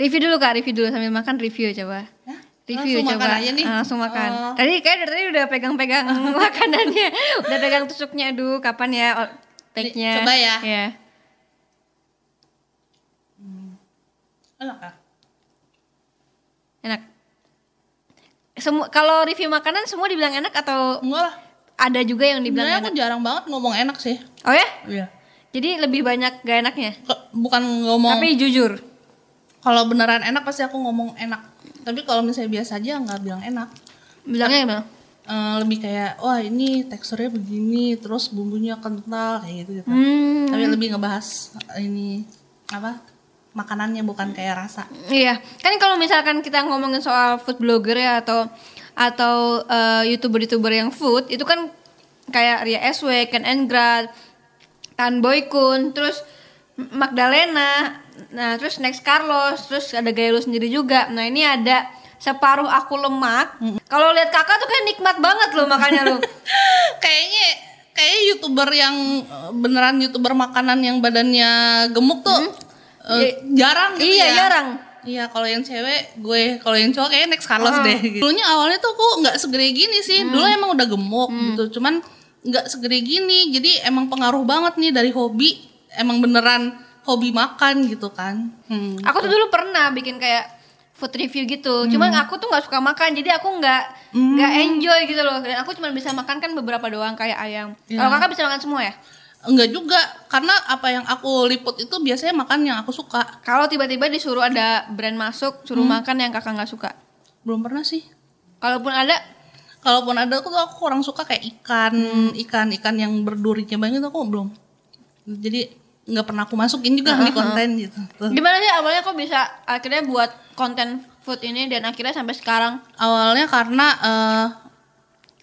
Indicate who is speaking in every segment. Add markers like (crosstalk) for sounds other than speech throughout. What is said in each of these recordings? Speaker 1: Review dulu Kak, review dulu sambil makan review coba. Review
Speaker 2: Langsung
Speaker 1: coba.
Speaker 2: makan aja nih?
Speaker 1: Ah, langsung makan.
Speaker 2: Oh.
Speaker 1: Tadi kayak dari tadi udah pegang-pegang (laughs) makanannya. Udah pegang tusuknya aduh, kapan ya o- take-nya.
Speaker 2: Coba ya.
Speaker 1: Iya.
Speaker 2: Enak ya? kah?
Speaker 1: Enak. Semua kalau review makanan semua dibilang enak atau
Speaker 2: Enggak lah.
Speaker 1: ada juga yang
Speaker 2: Sebenarnya
Speaker 1: dibilang enak?
Speaker 2: aku jarang banget ngomong enak sih.
Speaker 1: Oh ya?
Speaker 2: Iya.
Speaker 1: Jadi lebih banyak gak enaknya.
Speaker 2: Bukan ngomong
Speaker 1: Tapi jujur.
Speaker 2: kalau beneran enak pasti aku ngomong enak. Tapi kalau misalnya biasa aja nggak bilang enak.
Speaker 1: Bilangnya gimana?
Speaker 2: Eh, lebih kayak wah ini teksturnya begini, terus bumbunya kental kayak gitu gitu.
Speaker 1: Hmm.
Speaker 2: Tapi lebih ngebahas eh, ini apa? Makanannya bukan kayak
Speaker 1: (laughs)
Speaker 2: rasa.
Speaker 1: Iya, kan kalau misalkan kita ngomongin soal food blogger ya atau atau eh, youtuber-youtuber yang food itu kan kayak Ria SW, Ken Engrad, Tan Boykun, terus Magdalena, nah terus next Carlos, terus ada gaya lu sendiri juga. Nah ini ada separuh aku lemak. Kalau lihat kakak tuh kayak nikmat banget loh makanya lu.
Speaker 2: kayaknya kayaknya youtuber yang eh, beneran youtuber makanan yang badannya gemuk tuh eh,
Speaker 1: Iya.
Speaker 2: jarang gitu
Speaker 1: iya
Speaker 2: ya.
Speaker 1: jarang.
Speaker 2: Iya, kalau yang cewek gue, kalau yang cowok kayaknya next Carlos deh. Gitu. Dulunya awalnya tuh aku nggak segede gini sih. Dulu emang udah gemuk gitu, cuman nggak segede gini. Jadi emang pengaruh banget nih dari hobi. Emang beneran hobi makan gitu kan. Hmm.
Speaker 1: Aku tuh dulu pernah bikin kayak food review gitu. Cuman aku tuh nggak suka makan, jadi aku nggak nggak enjoy gitu loh. Dan aku cuma bisa makan kan beberapa doang kayak ayam. Kalau kakak bisa makan semua ya?
Speaker 2: Enggak juga, karena apa yang aku liput itu biasanya makan yang aku suka.
Speaker 1: Kalau tiba-tiba disuruh ada brand masuk, suruh makan yang kakak nggak suka.
Speaker 2: Belum pernah sih.
Speaker 1: Kalaupun ada,
Speaker 2: kalaupun ada aku tuh aku kurang suka kayak ikan ikan ikan yang berdurinya banyak tuh aku belum jadi nggak pernah aku masukin juga di konten gitu Tuh.
Speaker 1: gimana sih awalnya kok bisa akhirnya buat konten food ini dan akhirnya sampai sekarang?
Speaker 2: awalnya karena eh,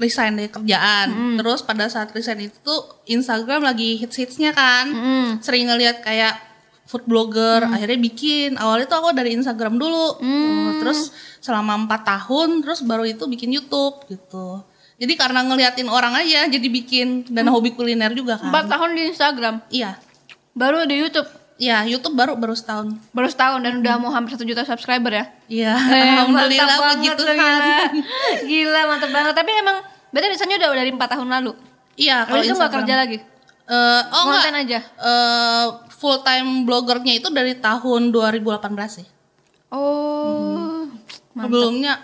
Speaker 2: resign dari
Speaker 1: Hmm.
Speaker 2: kerjaan terus pada saat resign itu tuh Instagram lagi hits hitsnya kan
Speaker 1: Mm.
Speaker 2: sering ngeliat kayak food blogger
Speaker 1: Hmm.
Speaker 2: akhirnya bikin awalnya tuh aku dari Instagram dulu Uh, terus selama empat tahun terus baru itu bikin YouTube gitu jadi karena ngeliatin orang aja jadi bikin dan
Speaker 1: Hmm.
Speaker 2: hobi kuliner juga kan
Speaker 1: 4 tahun di Instagram,
Speaker 2: iya
Speaker 1: baru di YouTube,
Speaker 2: iya YouTube baru baru setahun
Speaker 1: baru setahun dan udah mau hampir 1 juta subscriber ya.
Speaker 2: iya
Speaker 1: Eh,
Speaker 2: alhamdulillah
Speaker 1: mantap
Speaker 2: begitu
Speaker 1: banget
Speaker 2: kan
Speaker 1: loh, Gila. gila, mantap banget. Tapi emang berarti desainnya udah dari 4 tahun lalu.
Speaker 2: iya
Speaker 1: Kalau
Speaker 2: kalau
Speaker 1: itu nggak kerja lagi.
Speaker 2: Instagram Eh, oh enggak
Speaker 1: Konten aja.
Speaker 2: eh full time bloggernya itu dari tahun 2018 sih.
Speaker 1: Oh.
Speaker 2: Sebelumnya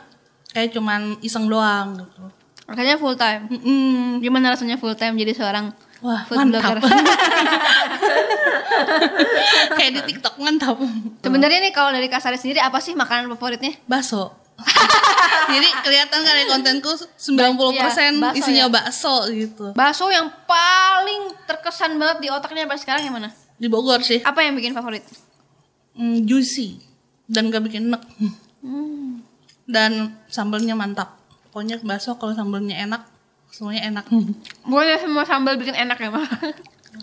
Speaker 2: kayak cuman iseng doang gitu.
Speaker 1: Makanya full time.
Speaker 2: Mm-mm.
Speaker 1: Gimana rasanya full time jadi seorang
Speaker 2: Wah,
Speaker 1: food (laughs) blogger?
Speaker 2: mantap. (laughs) kayak di TikTok mantap.
Speaker 1: Sebenarnya nih kalau dari Kasari sendiri apa sih makanan favoritnya?
Speaker 2: Bakso. (laughs) Jadi kelihatan kan dari kontenku 90%
Speaker 1: Iya, bakso
Speaker 2: isinya
Speaker 1: ya.
Speaker 2: bakso gitu.
Speaker 1: Bakso yang paling terkesan banget di otaknya sampai sekarang yang mana?
Speaker 2: Di Bogor sih.
Speaker 1: Apa yang bikin favorit?
Speaker 2: Mm, juicy dan gak bikin enek.
Speaker 1: Hmm.
Speaker 2: Dan sambelnya mantap. Pokoknya bakso kalau sambelnya enak, semuanya
Speaker 1: (laughs)
Speaker 2: enak.
Speaker 1: Boleh semua sambal bikin enak ya, Mah.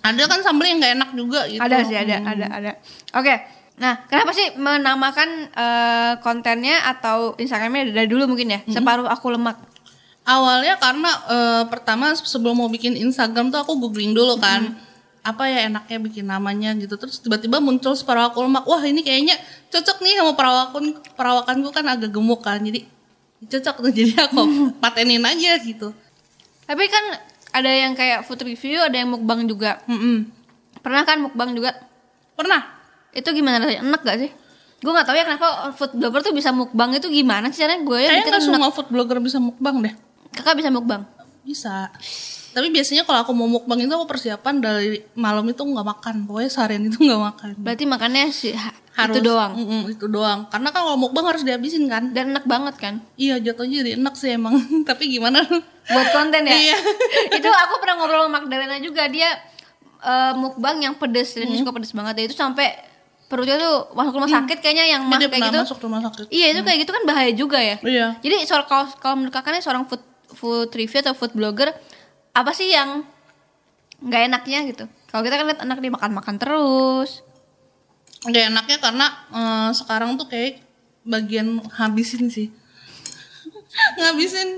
Speaker 2: Ada kan sambel yang gak enak juga gitu.
Speaker 1: ada sih, ada, ada, ada. Oke. Nah, kenapa sih menamakan eh, kontennya atau Instagramnya dari dulu mungkin
Speaker 2: Hmm.
Speaker 1: ya? Separuh aku lemak.
Speaker 2: Awalnya karena eh, pertama sebelum mau bikin Instagram tuh aku googling dulu kan. Apa ya enaknya bikin namanya gitu. Terus tiba-tiba muncul separuh aku lemak. Wah, ini kayaknya cocok nih sama perawakan perawakanku kan agak gemuk kan. Jadi cocok tuh (laughs) jadi aku patenin aja gitu.
Speaker 1: Tapi kan ada yang kayak food review, ada yang mukbang juga.
Speaker 2: Mm-mm.
Speaker 1: Pernah kan mukbang juga?
Speaker 2: Pernah
Speaker 1: Itu gimana rasanya? Enak gak sih? Gue gak tau ya kenapa food blogger tuh bisa mukbang itu gimana sih caranya gue yang
Speaker 2: Kayaknya
Speaker 1: dikira
Speaker 2: nggak
Speaker 1: enak.
Speaker 2: semua food blogger bisa mukbang deh.
Speaker 1: Kakak bisa mukbang?
Speaker 2: Bisa. Tapi biasanya kalau aku mau mukbang itu aku persiapan dari malam itu nggak makan. Pokoknya seharian itu nggak makan.
Speaker 1: Berarti makannya sih ha-
Speaker 2: Harus,
Speaker 1: itu doang.
Speaker 2: Mm-mm, itu doang. Karena kan kalau mukbang harus dihabisin kan.
Speaker 1: Dan enak banget kan?
Speaker 2: Iya jatuhnya jadi enak sih emang. (laughs) Tapi gimana?
Speaker 1: Buat konten ya?
Speaker 2: Iya.
Speaker 1: (laughs) itu aku pernah ngobrol sama Magdalena juga. Dia eh, mukbang yang pedes. Dan
Speaker 2: Hmm.
Speaker 1: dia suka pedes banget. Dia itu sampai perutnya tuh masuk rumah sakit kayaknya yang mah
Speaker 2: Dia
Speaker 1: kayak
Speaker 2: pernah
Speaker 1: gitu.
Speaker 2: masuk rumah sakit.
Speaker 1: Iya itu kayak gitu kan bahaya juga ya.
Speaker 2: Iya.
Speaker 1: Jadi soal kalau, kalau menurut kakaknya seorang food food review atau food blogger apa sih yang nggak enaknya gitu? Kalau kita kan lihat anak dia makan-makan terus.
Speaker 2: Gak enaknya karena eh, sekarang tuh kayak bagian habisin sih. (laughs) Ngabisin.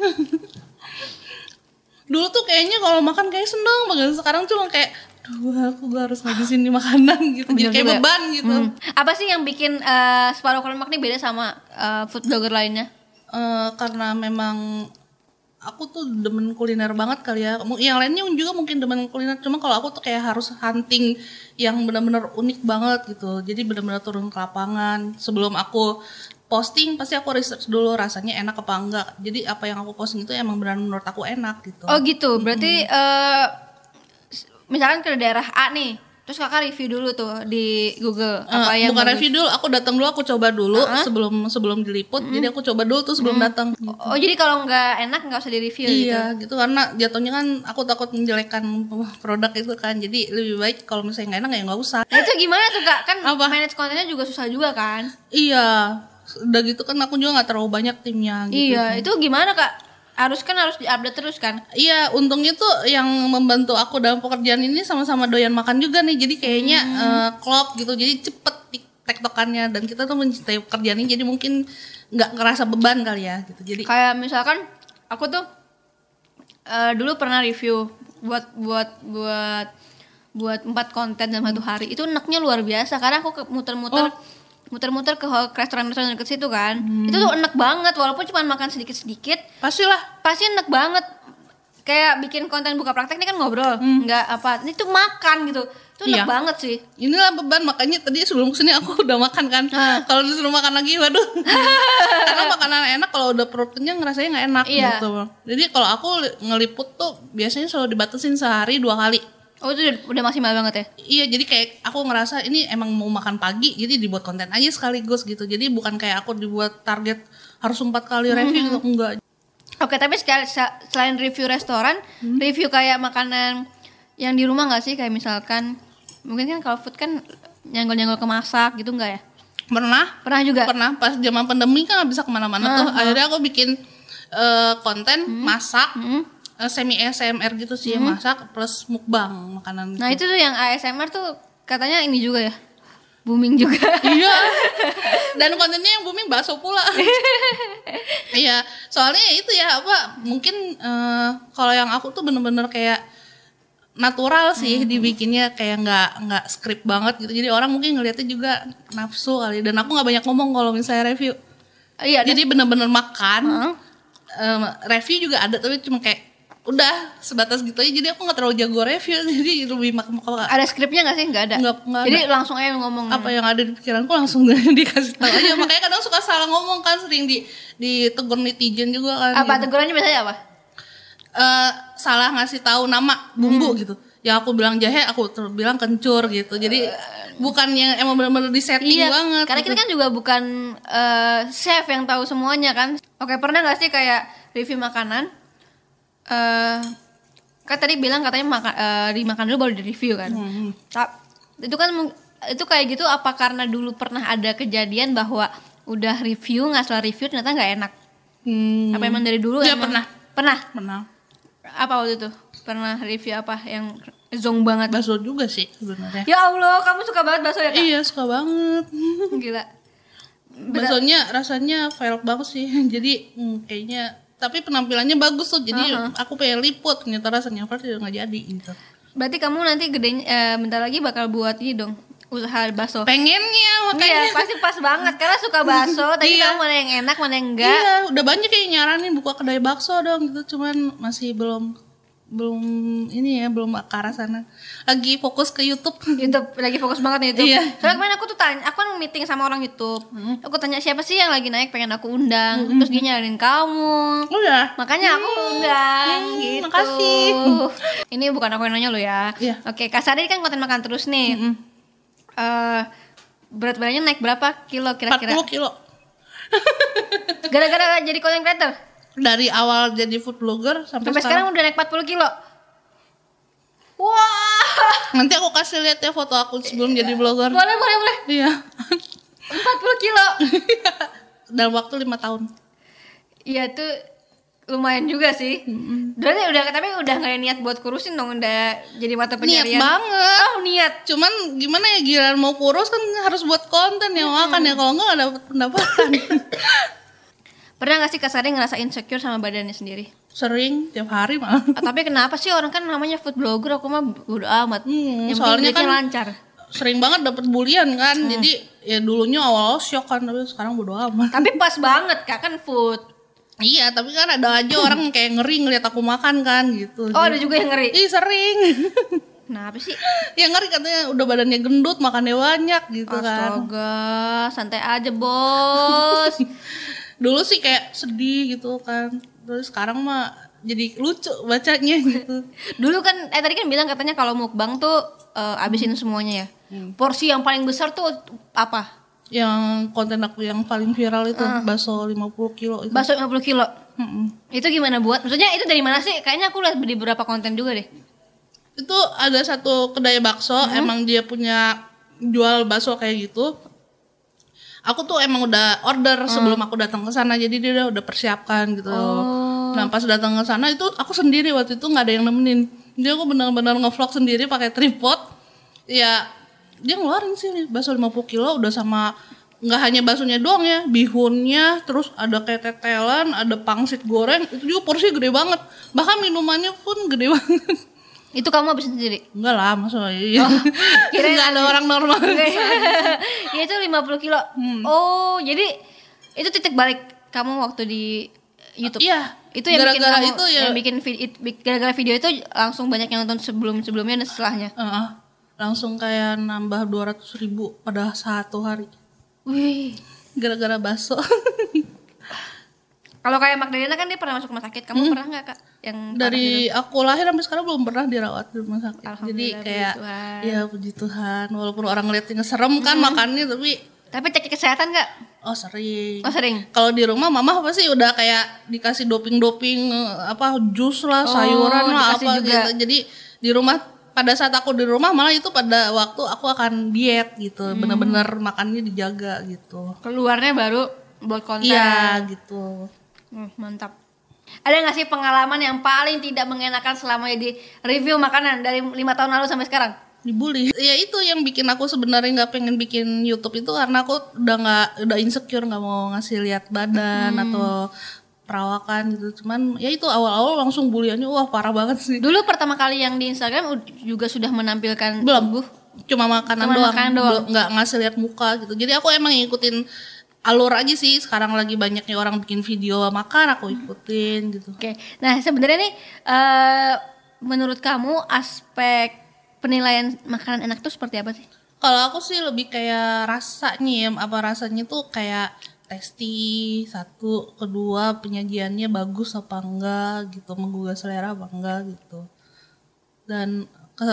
Speaker 2: (laughs) Dulu tuh kayaknya kalau makan kayak seneng banget. Sekarang cuma kayak "Duh, aduh aku gua harus ngabisin di makanan gitu jadi
Speaker 1: Bener
Speaker 2: kayak
Speaker 1: juga.
Speaker 2: beban gitu
Speaker 1: Hmm. Apa sih yang bikin eh, separuh kelemak nih beda sama eh, food blogger lainnya?
Speaker 2: Eh, karena memang aku tuh demen kuliner banget kali ya. Mu- Yang lainnya juga mungkin demen kuliner, cuma kalau aku tuh kayak harus hunting yang benar-benar unik banget gitu. Jadi benar-benar turun ke lapangan. Sebelum aku posting pasti aku research dulu rasanya enak apa enggak. Jadi apa yang aku posting itu emang benar menurut aku enak gitu.
Speaker 1: Oh gitu, berarti eh, s- misalkan ke daerah A nih, terus kakak review dulu tuh di Google
Speaker 2: Eh,
Speaker 1: apa yang
Speaker 2: bukan
Speaker 1: bagus.
Speaker 2: review dulu, aku datang dulu, aku coba dulu sebelum sebelum diliput. Jadi aku coba dulu tuh sebelum datang.
Speaker 1: Oh jadi kalau nggak enak nggak usah di-review gitu.
Speaker 2: Iya gitu karena jatuhnya kan aku takut menjelekkan produk itu kan jadi lebih baik kalau misalnya nggak enak ya nggak usah
Speaker 1: Nah itu gimana tuh kak? Kan
Speaker 2: Apa?
Speaker 1: manage kontennya juga susah juga kan?
Speaker 2: iya udah gitu kan aku juga nggak terlalu banyak timnya gitu
Speaker 1: Iya, itu gimana kak? Harus kan harus diupdate terus kan?
Speaker 2: Iya, untungnya tuh yang membantu aku dalam pekerjaan ini sama-sama doyan makan juga nih. Jadi kayaknya eh, klop gitu. Jadi cepet tik- tektokannya dan kita tuh mencintai pekerjaan ini jadi mungkin nggak ngerasa beban kali ya gitu. Jadi
Speaker 1: Kayak misalkan aku tuh eh, dulu pernah review buat buat buat buat empat konten dalam satu hari itu enaknya luar biasa karena aku ke- muter-muter muter-muter ke ho- ke restoran-restoran deket situ kan itu tuh enak banget walaupun cuma makan sedikit-sedikit
Speaker 2: pastilah
Speaker 1: pasti enak banget kayak bikin konten buka praktek ini kan ngobrol nggak apa ini tuh makan gitu itu enak
Speaker 2: Iya.
Speaker 1: banget sih
Speaker 2: inilah beban makanya tadi sebelum kesini aku udah makan kan kalau disuruh makan lagi waduh karena makanan enak kalau udah perut kenyang ngerasanya nggak enak
Speaker 1: Iya.
Speaker 2: gitu jadi kalau aku li- ngeliput tuh biasanya selalu dibatasin sehari dua kali
Speaker 1: oh itu udah, udah maksimal banget ya
Speaker 2: iya jadi kayak aku ngerasa ini emang mau makan pagi jadi dibuat konten aja sekaligus gitu jadi bukan kayak aku dibuat target harus empat kali review gitu enggak
Speaker 1: Oke, tapi sekali- se- selain review restoran,
Speaker 2: Hmm.
Speaker 1: review kayak makanan yang di rumah nggak sih? Kayak misalkan, mungkin kan kalau food kan nyanggol-nyanggol ke masak gitu nggak ya?
Speaker 2: pernah
Speaker 1: Pernah juga?
Speaker 2: pernah pas zaman pandemi kan nggak bisa kemana-mana tuh akhirnya aku bikin eh, konten masak
Speaker 1: Hmm.
Speaker 2: eh, semi ASMR gitu sih masak plus mukbang makanan
Speaker 1: Mm-hmm. Nah itu tuh yang ASMR tuh katanya ini juga ya? Booming juga.
Speaker 2: (laughs) iya dan kontennya yang booming bakso
Speaker 1: (laughs)
Speaker 2: pula iya soalnya itu ya apa mungkin eh, kalau yang aku tuh bener-bener kayak natural sih
Speaker 1: Mm-hmm.
Speaker 2: dibikinnya kayak nggak nggak script banget gitu jadi orang mungkin ngeliatnya juga nafsu kali dan aku nggak banyak ngomong kalau misalnya review
Speaker 1: iya, ada-
Speaker 2: jadi bener-bener makan
Speaker 1: Heeh.
Speaker 2: Em, review juga ada tapi cuma kayak udah sebatas gitu aja jadi aku nggak terlalu jago review (laughs) jadi lebih mak mak-
Speaker 1: ada skripnya nggak sih? Nggak ada.
Speaker 2: Nggak- nggak
Speaker 1: Jadi langsung aja ngomong.
Speaker 2: apa yang ada di pikiranku langsung (laughs) dikasih tahu aja makanya kadang suka salah ngomong kan sering di ditegur netizen juga kan
Speaker 1: Apa tegurannya biasanya apa?
Speaker 2: Eh, salah ngasih tahu nama bumbu
Speaker 1: Hmm.
Speaker 2: gitu ya aku bilang jahe aku ter- bilang kencur gitu jadi bukan yang emang benar-benar disetting banget
Speaker 1: Eh. Karena
Speaker 2: gitu.
Speaker 1: kita kan juga bukan eh, chef yang tahu semuanya kan. Oke, pernah nggak sih kayak review makanan? eh kan tadi bilang katanya makan eh, dimakan dulu baru di-review kan.
Speaker 2: Hmm.
Speaker 1: Ta- itu kan mung- itu kayak gitu apa karena dulu pernah ada kejadian bahwa udah review nggak salah review ternyata nggak enak.
Speaker 2: Hmm,
Speaker 1: Apa emang dari dulu
Speaker 2: Iya,
Speaker 1: emang-
Speaker 2: pernah.
Speaker 1: Pernah.
Speaker 2: menang
Speaker 1: Apa waktu itu? Pernah review apa yang zong banget?
Speaker 2: bakso juga sih sebenarnya
Speaker 1: Ya Allah, kamu suka banget bakso ya, Kak?
Speaker 2: iya suka banget Hmm.
Speaker 1: Gila.
Speaker 2: Baksonya rasanya velg banget sih. (laughs) Jadi hmm, kayaknya tapi penampilannya bagus tuh. Jadi aku pengen liput ternyata rasanya velg tidak nggak jadi gitu.
Speaker 1: Berarti kamu nanti gedenya eh, bentar lagi bakal buat ini dong usaha bakso.
Speaker 2: Iya, Pengennya ya, makanya
Speaker 1: Iya, pasti pas banget karena suka
Speaker 2: (laughs)
Speaker 1: bakso. Tadi
Speaker 2: Iya.
Speaker 1: kamu mana yang enak, mana yang
Speaker 2: Iya,
Speaker 1: enggak.
Speaker 2: udah banyak yang nyaranin buka kedai bakso dong gitu. Cuman masih belum belum ini ya, belum ke arah sana. Lagi fokus ke YouTube. (laughs)
Speaker 1: YouTube lagi fokus banget nih YouTube.
Speaker 2: Iya. Hmm.
Speaker 1: Soalnya kemarin aku tuh tanya, aku kan meeting sama orang YouTube. Aku tanya siapa sih yang lagi naik pengen aku undang. Terus dia nyaranin kamu.
Speaker 2: Udah.
Speaker 1: Makanya aku undang
Speaker 2: Hmm. hmm,
Speaker 1: gitu.
Speaker 2: makasih.
Speaker 1: (laughs) Ini bukan aku yang nanya lo ya.
Speaker 2: Iya.
Speaker 1: Oke, Kak Sari kan konten makan terus nih. Eh, berat badannya naik berapa kilo kira-kira?
Speaker 2: 40 kilo.
Speaker 1: Gara-gara jadi content creator?
Speaker 2: Dari awal jadi food blogger sampai,
Speaker 1: Sampai
Speaker 2: sekarang.
Speaker 1: sekarang udah naik 40 kilo. Wah,
Speaker 2: Nanti aku kasih lihat ya foto aku sebelum
Speaker 1: Iya.
Speaker 2: jadi blogger.
Speaker 1: boleh boleh boleh.
Speaker 2: Iya. (laughs)
Speaker 1: 40 kilo.
Speaker 2: Dalam waktu lima tahun.
Speaker 1: Iya tuh lumayan juga sih. Berarti udah tapi udah nggak ada niat buat kurusin dong udah jadi mata
Speaker 2: Niat
Speaker 1: pencarian.
Speaker 2: banget.
Speaker 1: Oh niat.
Speaker 2: Cuman gimana ya giliran mau kurus kan harus buat konten ya makan ya kalau enggak nggak dapat pendapatan. (laughs)
Speaker 1: Pernah gak sih Kak Sari ngerasa insecure sama badannya sendiri?
Speaker 2: sering tiap hari malah
Speaker 1: Ah, tapi kenapa sih orang kan namanya food blogger aku mah bodo amat
Speaker 2: Hmm,
Speaker 1: yang soalnya
Speaker 2: soalnya kan-
Speaker 1: lancar
Speaker 2: sering banget dapat bulian kan jadi ya dulunya awal-awal shock kan tapi sekarang bodo amat
Speaker 1: tapi pas banget kak kan food
Speaker 2: iya tapi kan ada aja orang yang kayak ngeri ngeliat aku makan kan gitu
Speaker 1: oh ada juga yang ngeri
Speaker 2: ih sering (laughs)
Speaker 1: kenapa sih
Speaker 2: ya ngeri katanya udah badannya gendut makannya banyak gitu kan
Speaker 1: astaga santai aja bos
Speaker 2: (laughs) dulu sih kayak sedih gitu kan terus sekarang mah jadi lucu bacanya gitu
Speaker 1: dulu kan eh tadi kan bilang katanya kalau mukbang tuh eh, abisin semuanya ya
Speaker 2: Hmm.
Speaker 1: porsi yang paling besar tuh apa
Speaker 2: yang konten aku yang paling viral itu bakso 50 kilo itu
Speaker 1: bakso 50 kilo
Speaker 2: Mm-mm.
Speaker 1: itu gimana buat maksudnya itu dari mana sih kayaknya aku lihat di beberapa konten juga deh
Speaker 2: itu ada satu kedai bakso emang dia punya jual bakso kayak gitu aku tuh emang udah order sebelum aku datang ke sana jadi dia udah persiapkan gitu nah pas datang ke sana itu aku sendiri waktu itu nggak ada yang nemenin dia aku benar-benar ngevlog sendiri pakai tripod ya dia ngeluarin sih nih bakso 50 kilo udah sama nggak hanya baksonya doang ya bihunnya terus ada kayak tetelan ada pangsit goreng itu juga porsi gede banget bahkan minumannya pun gede (laughs) banget
Speaker 1: itu kamu abisin sendiri
Speaker 2: (laughs) Enggak lah, masa iya.
Speaker 1: Oh,
Speaker 2: (laughs)
Speaker 1: kirain
Speaker 2: Enggak ada orang normal.
Speaker 1: ya itu 50 kilo.
Speaker 2: Hmm.
Speaker 1: Oh, jadi itu titik balik kamu waktu di YouTube.
Speaker 2: Iya.
Speaker 1: Itu yang
Speaker 2: Gara-gara
Speaker 1: bikin kamu,
Speaker 2: itu ya-
Speaker 1: yang bikin vid- it- bi- gara-gara video itu langsung banyak yang nonton sebelum-sebelumnya dan setelahnya.
Speaker 2: Heeh. langsung kayak nambah 200 ribu pada satu hari.
Speaker 1: Wih.
Speaker 2: Gara-gara
Speaker 1: (laughs)
Speaker 2: bakso.
Speaker 1: Kalau kayak Magdalena kan dia pernah masuk rumah sakit.
Speaker 2: Hmm.
Speaker 1: Kamu pernah nggak, Kak? Yang
Speaker 2: Dari aku lahir sampai sekarang belum pernah dirawat di rumah sakit. Jadi
Speaker 1: Alhamdulillah,
Speaker 2: kayak
Speaker 1: puji Tuhan.
Speaker 2: ya puji Tuhan, walaupun orang ngeliatnya serem kan makannya tapi
Speaker 1: tapi cek kesehatan nggak?
Speaker 2: oh sering.
Speaker 1: Oh, sering.
Speaker 2: Kalau di rumah mama pasti udah kayak dikasih doping-doping eh, apa jus lah, sayuran
Speaker 1: Oh,
Speaker 2: lah
Speaker 1: dikasih
Speaker 2: apa
Speaker 1: juga.
Speaker 2: gitu. Jadi di rumah pada saat aku di rumah malah itu pada waktu aku akan diet gitu,
Speaker 1: Hmm.
Speaker 2: bener-bener makannya dijaga gitu.
Speaker 1: Keluarnya baru buat konten.
Speaker 2: Iya gitu.
Speaker 1: Hmm, mantap. Ada nggak sih pengalaman yang paling tidak mengenakan selama di review makanan dari lima tahun lalu sampai sekarang?
Speaker 2: dibully ya itu yang bikin aku sebenarnya nggak pengen bikin YouTube itu karena aku udah nggak udah insecure nggak mau ngasih lihat badan
Speaker 1: Hmm.
Speaker 2: atau perawakan gitu cuman ya itu awal-awal langsung buliannya wah parah banget sih
Speaker 1: Dulu pertama kali yang di Instagram ud- juga sudah menampilkan
Speaker 2: belum cuma makanan
Speaker 1: Cuma
Speaker 2: doang,
Speaker 1: makanan doang.
Speaker 2: Belum- nggak ngasih lihat muka gitu jadi aku emang ngikutin alur aja sih sekarang lagi banyaknya orang bikin video makan aku ikutin gitu
Speaker 1: Oke. Nah, sebenarnya nih eh, menurut kamu aspek penilaian makanan enak tuh seperti apa sih?
Speaker 2: Kalau aku sih lebih kayak rasanya ya, apa rasanya tuh kayak tasty satu, kedua penyajiannya bagus apa enggak gitu, menggugah selera apa enggak gitu. Dan ke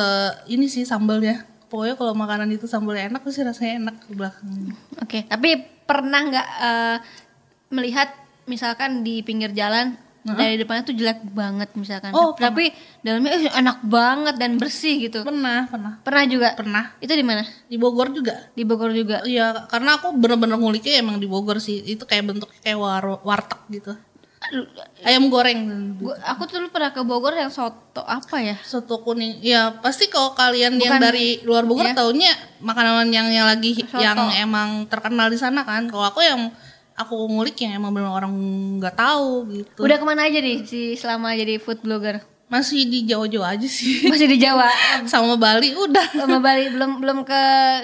Speaker 2: ini sih sambalnya. Pokoknya kalau makanan itu sambalnya enak sih rasanya enak ke belakang.
Speaker 1: Oke, tapi pernah nggak eh, melihat misalkan di pinggir jalan dari depannya tuh jelek banget misalkan.
Speaker 2: Oh,
Speaker 1: tapi dalamnya "Ih, enak banget dan bersih gitu.
Speaker 2: Pernah, pernah,
Speaker 1: Pernah juga.
Speaker 2: pernah.
Speaker 1: Itu di mana?
Speaker 2: Di Bogor juga.
Speaker 1: Di Bogor juga.
Speaker 2: Iya, karena aku bener-bener nguliknya emang di Bogor sih. Itu kayak bentuk kayak war- warteg gitu.
Speaker 1: Aduh,
Speaker 2: Ayam goreng.
Speaker 1: gua- aku tuh dulu pernah ke Bogor yang soto apa ya?
Speaker 2: soto kuning ya pasti kalau kalian yang dari luar Bogor taunya makanan yang yang lagi yang emang terkenal di sana kan kalau aku yang aku ngulik yang emang belum orang nggak tahu gitu
Speaker 1: Udah kemana aja nih si selama jadi food blogger? (laughs)
Speaker 2: masih di Jawa-Jawa aja sih (laughs)
Speaker 1: Masih di Jawa.
Speaker 2: sama Bali udah
Speaker 1: Sama Bali belum belum ke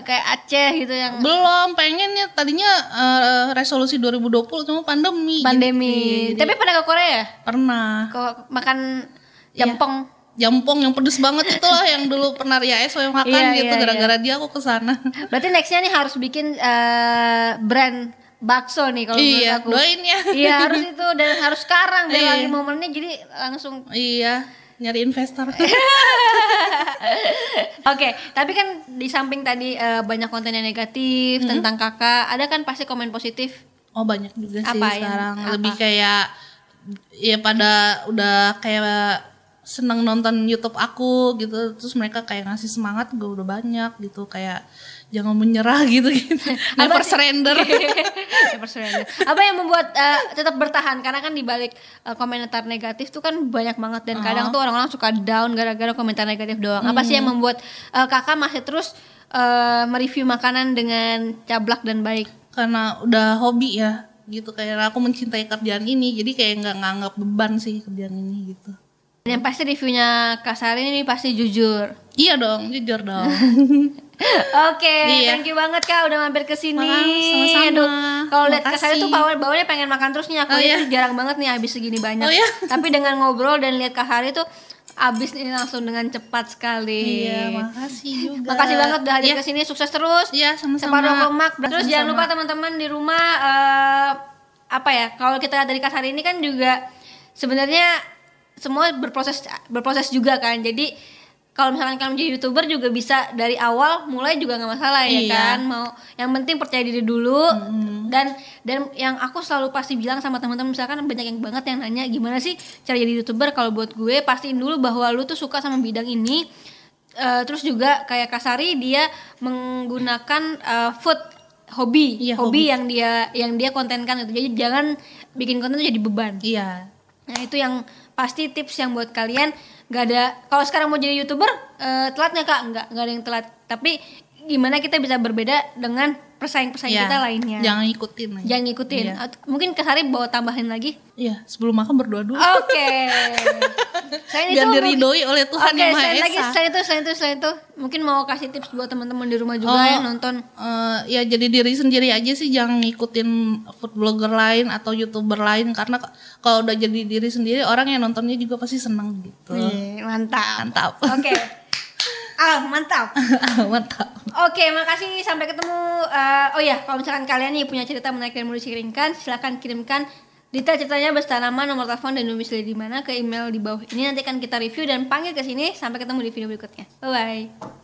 Speaker 1: kayak Aceh gitu yang
Speaker 2: belum pengennya tadinya eh, resolusi 2020 cuma pandemi
Speaker 1: pandemi. Tapi pernah ke Korea?
Speaker 2: pernah
Speaker 1: Kok makan jampong?
Speaker 2: jampong yang pedes banget itulah yang dulu pernah Ria SW makan
Speaker 1: Iya,
Speaker 2: gitu
Speaker 1: iya,
Speaker 2: gara-gara dia aku kesana
Speaker 1: Berarti nextnya nih harus bikin eh, brand bakso nih kalau menurut
Speaker 2: iya
Speaker 1: aku.
Speaker 2: doain ya
Speaker 1: Iya harus itu dan harus sekarang biar
Speaker 2: Iya.
Speaker 1: lagi momennya jadi langsung.
Speaker 2: iya nyari investor
Speaker 1: Oke, tapi kan di samping tadi eh, banyak konten yang
Speaker 2: Mhm.
Speaker 1: negatif tentang kakak, ada kan pasti komen positif. (laughs)
Speaker 2: Oh banyak juga sih
Speaker 1: Apa yang-
Speaker 2: sekarang
Speaker 1: apa?
Speaker 2: lebih kayak ya pada udah kayak seneng nonton YouTube aku gitu terus mereka kayak ngasih semangat gue udah banyak gitu kayak jangan menyerah gitu
Speaker 1: (laughs)
Speaker 2: gitu never surrender
Speaker 1: Never surrender. Apa yang membuat eh, tetap bertahan? Karena kan di balik eh, komentar negatif tuh kan banyak banget dan kadang
Speaker 2: Ah.
Speaker 1: tuh orang-orang suka down gara-gara komentar negatif doang. Apa sih yang
Speaker 2: Mhm.
Speaker 1: membuat eh, kakak masih terus eh, mereview makanan dengan cablak dan baik?
Speaker 2: karena udah hobi ya gitu kayak aku mencintai kerjaan ini jadi kayak nggak nganggap beban sih kerjaan ini gitu
Speaker 1: Dan yang pasti reviewnya Kasari ini pasti jujur.
Speaker 2: iya dong jujur dong
Speaker 1: Oke,
Speaker 2: Iya.
Speaker 1: thank you banget kak udah mampir ke sini.
Speaker 2: Makasih, sama-sama.
Speaker 1: Aduh, Kalau lihat kak saya
Speaker 2: Makasih.
Speaker 1: tuh bawaan bawaannya pengen makan terus nih aku
Speaker 2: Oh,
Speaker 1: itu
Speaker 2: iya.
Speaker 1: jarang banget nih habis segini banyak.
Speaker 2: Oh, iya.
Speaker 1: Tapi dengan ngobrol dan lihat kak Hari tuh habis ini langsung dengan cepat sekali.
Speaker 2: (laughs) iya makasih juga
Speaker 1: Makasih banget udah hadir
Speaker 2: Iya,
Speaker 1: ke sini, sukses terus.
Speaker 2: iya sama-sama
Speaker 1: Separuh lemak. Terus jangan
Speaker 2: Sama-sama.
Speaker 1: lupa teman-teman di rumah eh, apa ya? Kalau kita lihat dari Kak Sari ini kan juga sebenarnya semua berproses berproses juga kan. Jadi kalau misalkan kalian menjadi youtuber juga bisa dari awal mulai juga nggak masalah ya
Speaker 2: Iya.
Speaker 1: kan. Mau yang penting percaya diri dulu dan dan yang aku selalu pasti bilang sama teman-teman misalkan banyak yang banget yang nanya gimana sih cara jadi youtuber kalau buat gue pastiin dulu bahwa lu tuh suka sama bidang ini Eh, terus juga kayak Kasari dia menggunakan eh, food hobi,
Speaker 2: Iya,
Speaker 1: hobi, yang dia yang dia kontenkan gitu. Jadi jangan bikin konten tuh jadi beban.
Speaker 2: iya
Speaker 1: Nah, itu yang pasti tips yang buat kalian nggak ada kalau sekarang mau jadi YouTuber eh, telat nggak Kak? Nggak, nggak ada yang telat. Tapi gimana kita bisa berbeda dengan persaing-persaing
Speaker 2: Iya.
Speaker 1: kita lainnya?
Speaker 2: jangan ikutin aja.
Speaker 1: Jangan ngikutin.
Speaker 2: Iya.
Speaker 1: Atau- Mungkin Kasari bawa tambahin
Speaker 2: (laughs)
Speaker 1: lagi.
Speaker 2: iya sebelum makan berdoa dulu
Speaker 1: Oke. Selain
Speaker 2: biar
Speaker 1: mungkin-
Speaker 2: diridoi oleh Tuhan
Speaker 1: Oke,
Speaker 2: yang Maha
Speaker 1: selain
Speaker 2: Esa
Speaker 1: lagi, selain itu, selain itu, selain itu, mungkin mau kasih tips buat teman-teman di rumah juga
Speaker 2: Oh.
Speaker 1: yang nonton.
Speaker 2: Eh, ya jadi diri sendiri aja sih jangan ngikutin food blogger lain atau youtuber lain karena k- kalau udah jadi diri sendiri orang yang nontonnya juga pasti seneng gitu
Speaker 1: Nih, mantap.
Speaker 2: mantap (laughs)
Speaker 1: Oke. Ah, mantap.
Speaker 2: mantap
Speaker 1: Oke, makasih. Sampai ketemu. Eh, oh ya, kalau misalkan kalian nih punya cerita menarik dan mau dikirimkan, silahkan kirimkan detail ceritanya beserta nama, nomor telepon, dan domisili di mana ke email di bawah ini. Nanti akan kita review dan panggil ke sini. Sampai ketemu di video berikutnya. Bye-bye.